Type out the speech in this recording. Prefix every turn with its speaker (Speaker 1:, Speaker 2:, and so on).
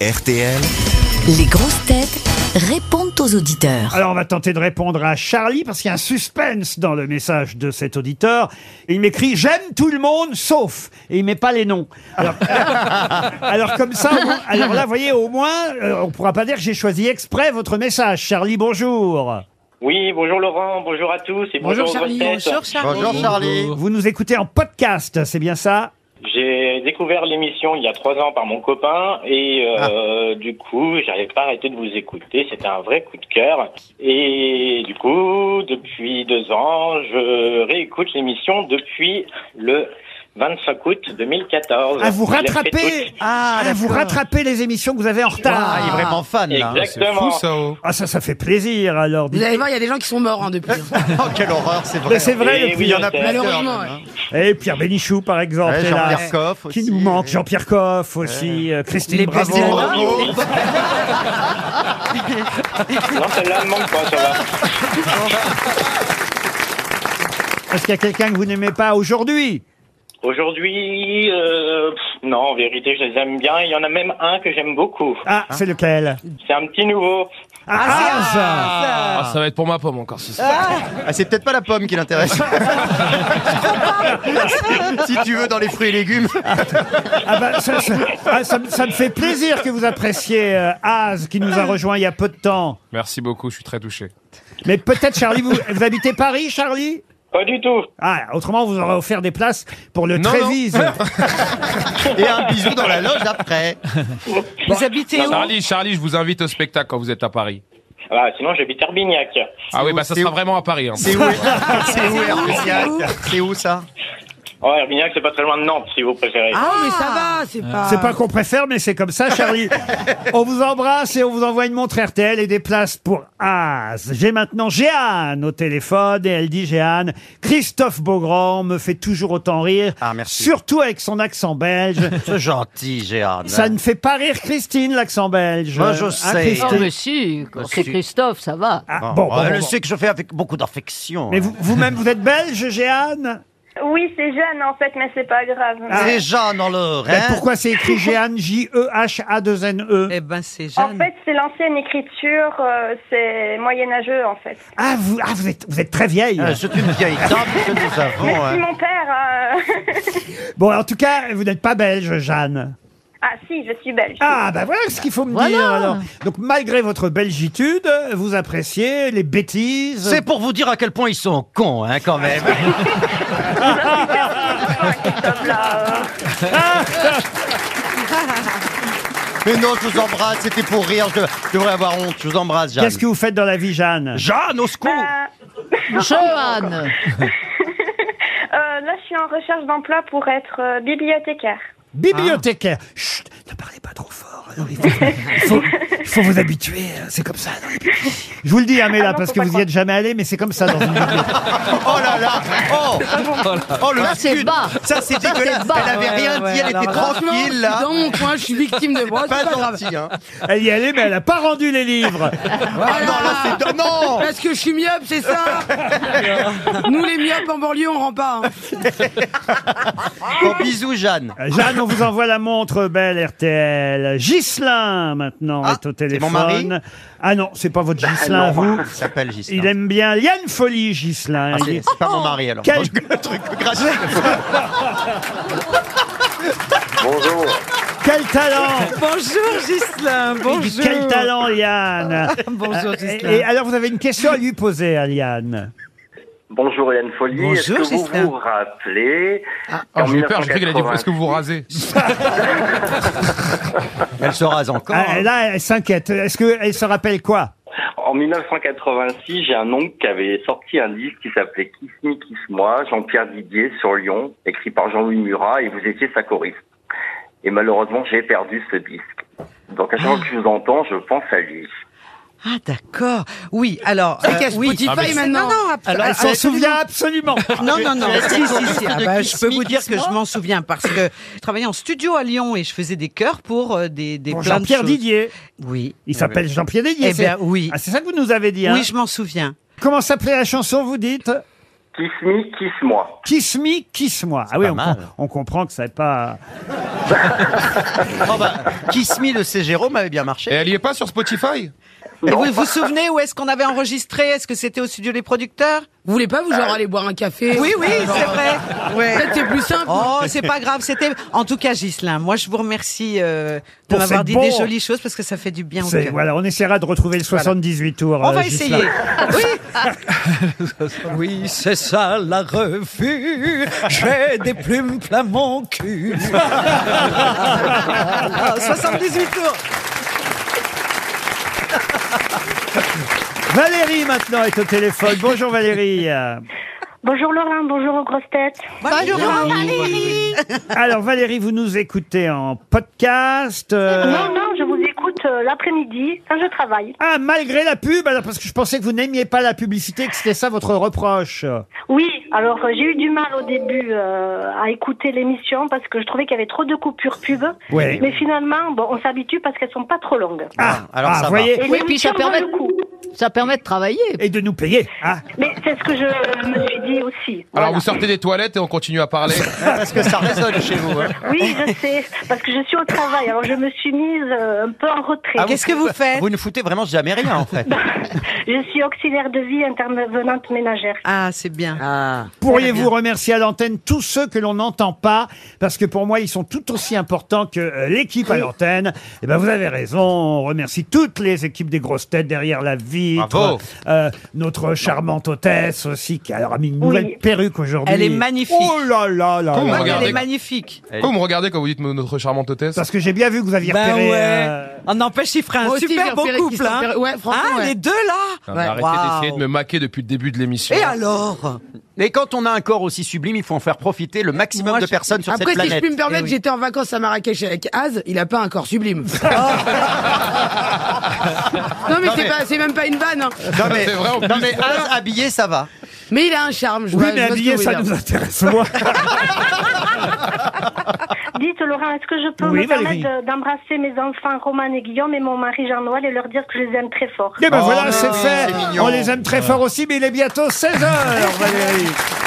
Speaker 1: RTL.
Speaker 2: Les grosses têtes répondent aux auditeurs.
Speaker 3: Alors, on va tenter de répondre à Charlie parce qu'il y a un suspense dans le message de cet auditeur. Il m'écrit J'aime tout le monde sauf. Et il met pas les noms. Alors, alors comme ça, au moins- alors là, vous voyez, au moins, euh, on pourra pas dire que j'ai choisi exprès votre message. Charlie, bonjour.
Speaker 4: Oui, bonjour Laurent, bonjour à tous et bonjour, aux grosses têtes.
Speaker 5: Bonjour Charlie.
Speaker 3: Vous nous écoutez en podcast, c'est bien ça
Speaker 4: J'ai découvert l'émission il y a trois ans par mon copain et
Speaker 3: Ah.
Speaker 4: euh, du coup, j'avais pas arrêté de vous écouter. C'était un vrai coup de cœur. Et du coup, depuis deux ans, je réécoute l'émission depuis le 25 août 2014.
Speaker 3: À Ah, vous
Speaker 4: Je l'ai fait
Speaker 3: rattraper
Speaker 4: toute-
Speaker 3: Ah, vous rattraper les émissions que vous avez en retard.
Speaker 5: Ah, il est vraiment fan là.
Speaker 4: Exactement.
Speaker 3: Ah, ça, ça fait plaisir alors.
Speaker 6: Vous allez voir, il y a des gens qui sont morts hein, depuis.
Speaker 5: Oh, quelle horreur, c'est vrai.
Speaker 3: Mais c'est vrai,
Speaker 4: Et
Speaker 3: le
Speaker 4: Eh oui,
Speaker 3: il y en a
Speaker 4: c'est-
Speaker 6: Malheureusement,
Speaker 5: Hein.
Speaker 3: Et Pierre Bénichou, par exemple,
Speaker 5: Ouais,
Speaker 3: est là.
Speaker 5: Jean-Pierre Coff
Speaker 3: Qui
Speaker 5: aussi.
Speaker 3: nous manque Jean-Pierre Coff aussi, euh, Christine
Speaker 5: Oh,
Speaker 3: Bravo.
Speaker 4: Non, celle-là ne manque pas, ça va.
Speaker 3: Est-ce qu'il y a quelqu'un que vous n'aimez pas aujourd'hui
Speaker 4: Aujourd'hui, euh, pff, non, en vérité, je les aime bien. Il y en a même un que j'aime beaucoup.
Speaker 3: Ah, c'est lequel
Speaker 4: C'est un petit nouveau.
Speaker 3: Ah, ah,
Speaker 7: Ah, ça va être pour ma pomme encore. ce soir.
Speaker 5: Ah, c'est peut-être pas la pomme qui l'intéresse. si tu veux, dans les fruits et légumes.
Speaker 3: ah, bah, ça, ça- ah, ça me- ça me fait plaisir que vous appréciez euh, Az qui nous a rejoint il y a peu de temps.
Speaker 7: Merci beaucoup, je suis très touché.
Speaker 3: Mais peut-être, Charlie, vous, vous habitez Paris, Charlie
Speaker 4: Pas du tout.
Speaker 3: Ah, autrement, vous aurez offert des places pour le
Speaker 7: Non, non.
Speaker 3: Trévise.
Speaker 5: Et un bisou dans la loge après.
Speaker 6: Vous habitez
Speaker 7: Charlie, Charlie, je vous invite au spectacle quand vous êtes à Paris.
Speaker 4: Ah, sinon, j'habite Herbignac.
Speaker 7: Ah oui,
Speaker 5: où,
Speaker 7: bah ça
Speaker 5: c'est
Speaker 7: sera
Speaker 5: où
Speaker 7: vraiment à Paris. hein.
Speaker 5: C'est où C'est où, Herbignac C'est où ça
Speaker 4: Oh, Herbignac, c'est pas très loin de Nantes, si vous préférez.
Speaker 6: Ah, mais ça va, c'est pas.
Speaker 3: C'est pas qu'on préfère, mais c'est comme ça, Charlie. on vous embrasse et on vous envoie une montre RTL et des places pour As. J'ai maintenant Jeanne au téléphone et elle dit Jeanne, Christophe Beaugrand me fait toujours autant rire,
Speaker 5: Ah, merci.
Speaker 3: surtout avec son accent belge.
Speaker 5: C'est gentil, Gérard.
Speaker 3: ça ne fait pas rire Christine, l'accent belge.
Speaker 5: Moi, je
Speaker 3: Hein,
Speaker 5: sais.
Speaker 3: Christine
Speaker 8: Oh, mais si, quand c'est
Speaker 5: si.
Speaker 8: Christophe, ça va.
Speaker 3: Ah, bon, bon, bon, bon.
Speaker 5: que euh, je fais avec beaucoup d'affection.
Speaker 3: Mais vous- vous-même, vous, êtes belge,
Speaker 5: Hein
Speaker 3: Jeanne
Speaker 9: Oui, c'est jeune en fait, mais c'est pas grave.
Speaker 5: C'est Jean hein. dans le
Speaker 3: Ben,
Speaker 5: Rhin.
Speaker 3: Ah. Pourquoi c'est écrit Jeanne E J-E-H-A-2-N-E
Speaker 6: ben, c'est
Speaker 9: En fait, c'est l'ancienne écriture, euh, c'est moyenâgeux en fait.
Speaker 3: Ah, vous, ah, vous êtes, vous êtes très vieille.
Speaker 5: Euh, C'est une vieille dame que nous
Speaker 9: Mais
Speaker 3: Ah.
Speaker 5: avons.
Speaker 9: si
Speaker 5: hein.
Speaker 9: mon père. euh,
Speaker 3: Bon, en tout cas, vous n'êtes pas belge, Jeanne.
Speaker 9: ah si, je suis belge.
Speaker 3: Ah, bah voilà ce qu'il faut me
Speaker 8: Voilà.
Speaker 3: dire alors. Donc, malgré votre belgitude, vous appréciez les bêtises.
Speaker 5: C'est pour vous dire à quel point ils sont cons, hein, quand même.
Speaker 9: Christophe, là, euh,
Speaker 5: Mais non, je vous embrasse, c'était pour rire. Je, je devrais avoir honte. Je vous embrasse, Jeanne.
Speaker 3: Qu'est-ce que vous faites dans la vie, Jeanne
Speaker 5: Jeanne, au secours
Speaker 9: bah,
Speaker 8: Johan
Speaker 9: euh, là, je suis en recherche d'emploi pour être euh, bibliothécaire.
Speaker 3: Bibliothécaire. Chut, ne parlez pas trop fort. Alors, il, faut, il faut- il faut vous habituer. hein, C'est comme ça. dans les bibliothèques. Je vous le dis, Améla,
Speaker 9: Ah non,
Speaker 3: parce
Speaker 9: faut
Speaker 3: que
Speaker 9: pas
Speaker 3: vous n'y êtes jamais allé, mais c'est comme ça dans une bibliothèque.
Speaker 5: Oh là là Oh, oh le
Speaker 8: Ça, c'est
Speaker 5: scud.
Speaker 8: bas.
Speaker 5: Ça, c'est dégueulasse
Speaker 8: c'est bas.
Speaker 5: Elle avait rien dit, elle était tranquille, là
Speaker 6: Dans mon coin, je suis victime de moi,
Speaker 5: Pas
Speaker 6: c'est pas grave.
Speaker 5: gentil, hein
Speaker 3: Elle y est allée, mais elle n'a pas rendu les livres.
Speaker 5: Ah non, là, c'est... do- Non
Speaker 6: Parce que je suis myope, c'est ça Nous, les myopes en banlieue, on rend pas. hein.
Speaker 5: Oh, bisous, Jeanne
Speaker 3: Euh, Jeanne, on vous envoie la montre, belle RTL. Ghislain, maintenant,
Speaker 5: Ah,
Speaker 3: est au
Speaker 5: c'est
Speaker 3: téléphone.
Speaker 5: mon mari Bah,
Speaker 3: ah non, c'est pas votre Ghislain, vous.
Speaker 5: Il s'appelle Ghislain.
Speaker 3: Il aime bien. Il y a une folie, Ghislain.
Speaker 5: Ah,
Speaker 3: Il
Speaker 5: c'est,
Speaker 3: est-
Speaker 5: c'est pas mon mari, alors.
Speaker 3: Quel-
Speaker 5: Le truc gratuit.
Speaker 4: Bonjour.
Speaker 3: Quel talent
Speaker 6: Bonjour, Gislain,
Speaker 3: Quel talent, Liane
Speaker 6: Bonjour,
Speaker 3: et, Euh, et alors, vous avez une question à lui poser, à Liane.
Speaker 4: Bonjour, Yann Folly.
Speaker 6: Bonjour,
Speaker 4: Est-ce que vous
Speaker 6: Gislain.
Speaker 4: vous rappelez
Speaker 7: Ah, j'ai eu peur, j'ai cru qu'elle allait dire est-ce que vous vous rasez
Speaker 5: Elle se rase encore.
Speaker 3: Ah,
Speaker 5: hein.
Speaker 3: là, elle s'inquiète. Est-ce qu'elle se rappelle quoi
Speaker 4: En 1986, j'ai un oncle qui avait sorti un livre qui s'appelait Kiss Me, Kiss Moi, Jean-Pierre Didier sur Lyon, écrit par Jean-Louis Murat, et vous étiez sa choriste. Et malheureusement, j'ai perdu ce disque. Donc à chaque fois que je vous entends, je pense à lui.
Speaker 10: Ah d'accord. Oui, alors euh, oui.
Speaker 6: Spotify
Speaker 7: Ah, mais-
Speaker 6: maintenant.
Speaker 10: Non, non,
Speaker 3: Elle
Speaker 10: alors,
Speaker 3: s'en souvient absolument.
Speaker 10: non, non, non. Ah, Si, si, si. Ah,
Speaker 5: de
Speaker 10: bah,
Speaker 5: Kiss
Speaker 10: je peux
Speaker 5: Me,
Speaker 10: vous dire
Speaker 5: Kiss
Speaker 10: que je
Speaker 5: Moi
Speaker 10: m'en souviens parce que je travaillais en studio à Lyon et je faisais des chœurs pour euh, des, des
Speaker 3: Pour
Speaker 10: plein de
Speaker 3: Jean-Pierre
Speaker 10: choses.
Speaker 3: Didier.
Speaker 10: Oui.
Speaker 3: Il s'appelle Jean-Pierre Didier.
Speaker 10: Eh
Speaker 3: c'est-
Speaker 10: bien, oui.
Speaker 3: Ah, c'est ça que vous nous avez dit. hein
Speaker 10: Oui, je m'en souviens.
Speaker 3: Comment s'appelait la chanson, vous dites
Speaker 4: Kiss me, kiss moi.
Speaker 3: Kiss me, kiss moi. Ah oui,
Speaker 5: pas
Speaker 3: on,
Speaker 5: mal.
Speaker 3: com- on comprend que ça n'est pas.
Speaker 5: Oh bah, Kiss Me de C. Jérôme avait bien
Speaker 7: Et
Speaker 5: marché.
Speaker 7: elle y est pas sur Spotify
Speaker 10: Et vous vous vous souvenez où est-ce qu'on avait enregistré Est-ce que c'était au studio des producteurs Euh,
Speaker 6: Vous voulez pas vous genre aller boire un café Euh,
Speaker 10: Oui, oui, c'est vrai. Ouais.
Speaker 6: Peut-être c'est plus simple.
Speaker 10: Oh, c'est pas grave. C'était en tout cas, Gislin. Moi, je vous remercie euh, de
Speaker 3: Pour
Speaker 10: m'avoir
Speaker 3: cette
Speaker 10: dit
Speaker 3: bombe.
Speaker 10: des jolies choses parce que ça fait du bien au
Speaker 3: c'est-
Speaker 10: cœur.
Speaker 3: Voilà, on essaiera de retrouver le 78 tours. euh,
Speaker 10: On va essayer. Oui.
Speaker 1: Oui, c'est ça la revue. J'ai des plumes plein mon cul.
Speaker 10: 78 tours.
Speaker 3: Valérie maintenant est au téléphone. Bonjour Valérie. Euh,
Speaker 9: Bonjour Laurent, bonjour aux grosses têtes.
Speaker 10: Bonjour.
Speaker 3: Alors Valérie, vous nous écoutez en podcast. euh,
Speaker 9: Non, non, je vous écoute euh, l'après-midi quand je travaille.
Speaker 3: Ah, malgré la pub, alors parce que je pensais que vous n'aimiez pas la publicité, que c'était ça votre reproche.
Speaker 9: Oui, alors euh, j'ai eu du mal au début euh, à écouter l'émission parce que je trouvais qu'il y avait trop de coupures pub.
Speaker 3: Ouais.
Speaker 9: Mais finalement, bon, on s'habitue parce qu'elles sont pas trop longues.
Speaker 3: Ah,
Speaker 5: alors ça
Speaker 3: vous
Speaker 5: va.
Speaker 3: voyez,
Speaker 9: Et
Speaker 8: Oui, puis ça
Speaker 9: l'émission vaut
Speaker 8: permet-
Speaker 9: le coup.
Speaker 8: Ça permet de travailler.
Speaker 3: et de nous payer. Ah,
Speaker 9: Mais c'est ce que je me suis dit aussi.
Speaker 7: Alors
Speaker 9: Voilà.
Speaker 7: vous sortez des toilettes et on continue à parler.
Speaker 5: Parce que ça résonne chez vous. hein.
Speaker 9: Oui, je sais, parce que je suis au travail, alors je me suis mise euh, un peu en retrait.
Speaker 5: Ah,
Speaker 10: Qu'est-ce que vous faites
Speaker 5: Vous ne foutez vraiment jamais rien en fait.
Speaker 9: Je suis auxiliaire de vie intervenante ménagère.
Speaker 10: Ah, c'est bien.
Speaker 3: Pourriez-vous remercier à l'antenne tous ceux que l'on n'entend pas Parce que pour moi, ils sont tout aussi importants que euh, l'équipe à l'antenne. Eh ben, vous avez raison. On remercie toutes les équipes des grosses têtes derrière la vitre.
Speaker 7: Bravo.
Speaker 3: Euh, notre charmante hôtesse aussi, qui alors, a mis une nouvelle
Speaker 9: Oui.
Speaker 3: perruque aujourd'hui.
Speaker 10: Elle est magnifique.
Speaker 3: Oh là là là. là.
Speaker 10: Ouais,
Speaker 7: Comment
Speaker 10: mais elle
Speaker 7: regardez.
Speaker 10: est magnifique.
Speaker 1: Ben
Speaker 7: Pourquoi vous me regardez quand vous dites notre charmante hôtesse
Speaker 3: Parce que j'ai bien vu que vous aviez
Speaker 10: Ben
Speaker 3: repéré.
Speaker 10: ouais.
Speaker 3: euh,
Speaker 10: On empêche, il ferait un
Speaker 6: Moi aussi, j'ai
Speaker 10: super beau
Speaker 6: repéré qu'ils
Speaker 10: couple.
Speaker 6: sont
Speaker 10: hein.
Speaker 6: repérés. Ouais, franchement,
Speaker 10: ah,
Speaker 6: ouais.
Speaker 10: les deux là.
Speaker 7: Non, mais bah, Arrêtez
Speaker 10: Waouh.
Speaker 7: d'essayer de me maquer depuis le début de l'émission.
Speaker 10: Et alors
Speaker 5: Et quand on a un corps aussi sublime, il faut en faire profiter le maximum
Speaker 10: Moi,
Speaker 5: de
Speaker 10: je-
Speaker 5: personnes sur
Speaker 6: Après,
Speaker 5: cette
Speaker 6: si je
Speaker 5: planète.
Speaker 6: puis me permettre,
Speaker 10: Eh oui.
Speaker 6: j'étais en vacances à Marrakech avec Az, il a pas un corps sublime. non, mais c'est pas, c'est même pas une vanne. hein.
Speaker 5: Non mais,
Speaker 7: C'est vrai, en
Speaker 5: non, mais as habillé, ça va.
Speaker 6: Mais il a un charme, je
Speaker 3: Oui,
Speaker 6: vois- je
Speaker 3: mais
Speaker 6: vois ce que
Speaker 3: habillé,
Speaker 6: vous
Speaker 3: ça
Speaker 6: voulez
Speaker 3: nous
Speaker 6: dire.
Speaker 3: intéresse moins.
Speaker 9: Dites Laurent, est-ce que je peux
Speaker 3: Oui,
Speaker 9: me
Speaker 3: Valérie.
Speaker 9: permettre de- d'embrasser mes enfants Roman et Guillaume et mon mari Jean-Noël et leur dire que je les aime très fort
Speaker 3: Eh ben
Speaker 5: Oh,
Speaker 3: voilà,
Speaker 5: mais
Speaker 3: c'est
Speaker 5: oui,
Speaker 3: fait.
Speaker 5: c'est mignon.
Speaker 3: On les aime très fort aussi, mais il est bientôt 16h, Valérie.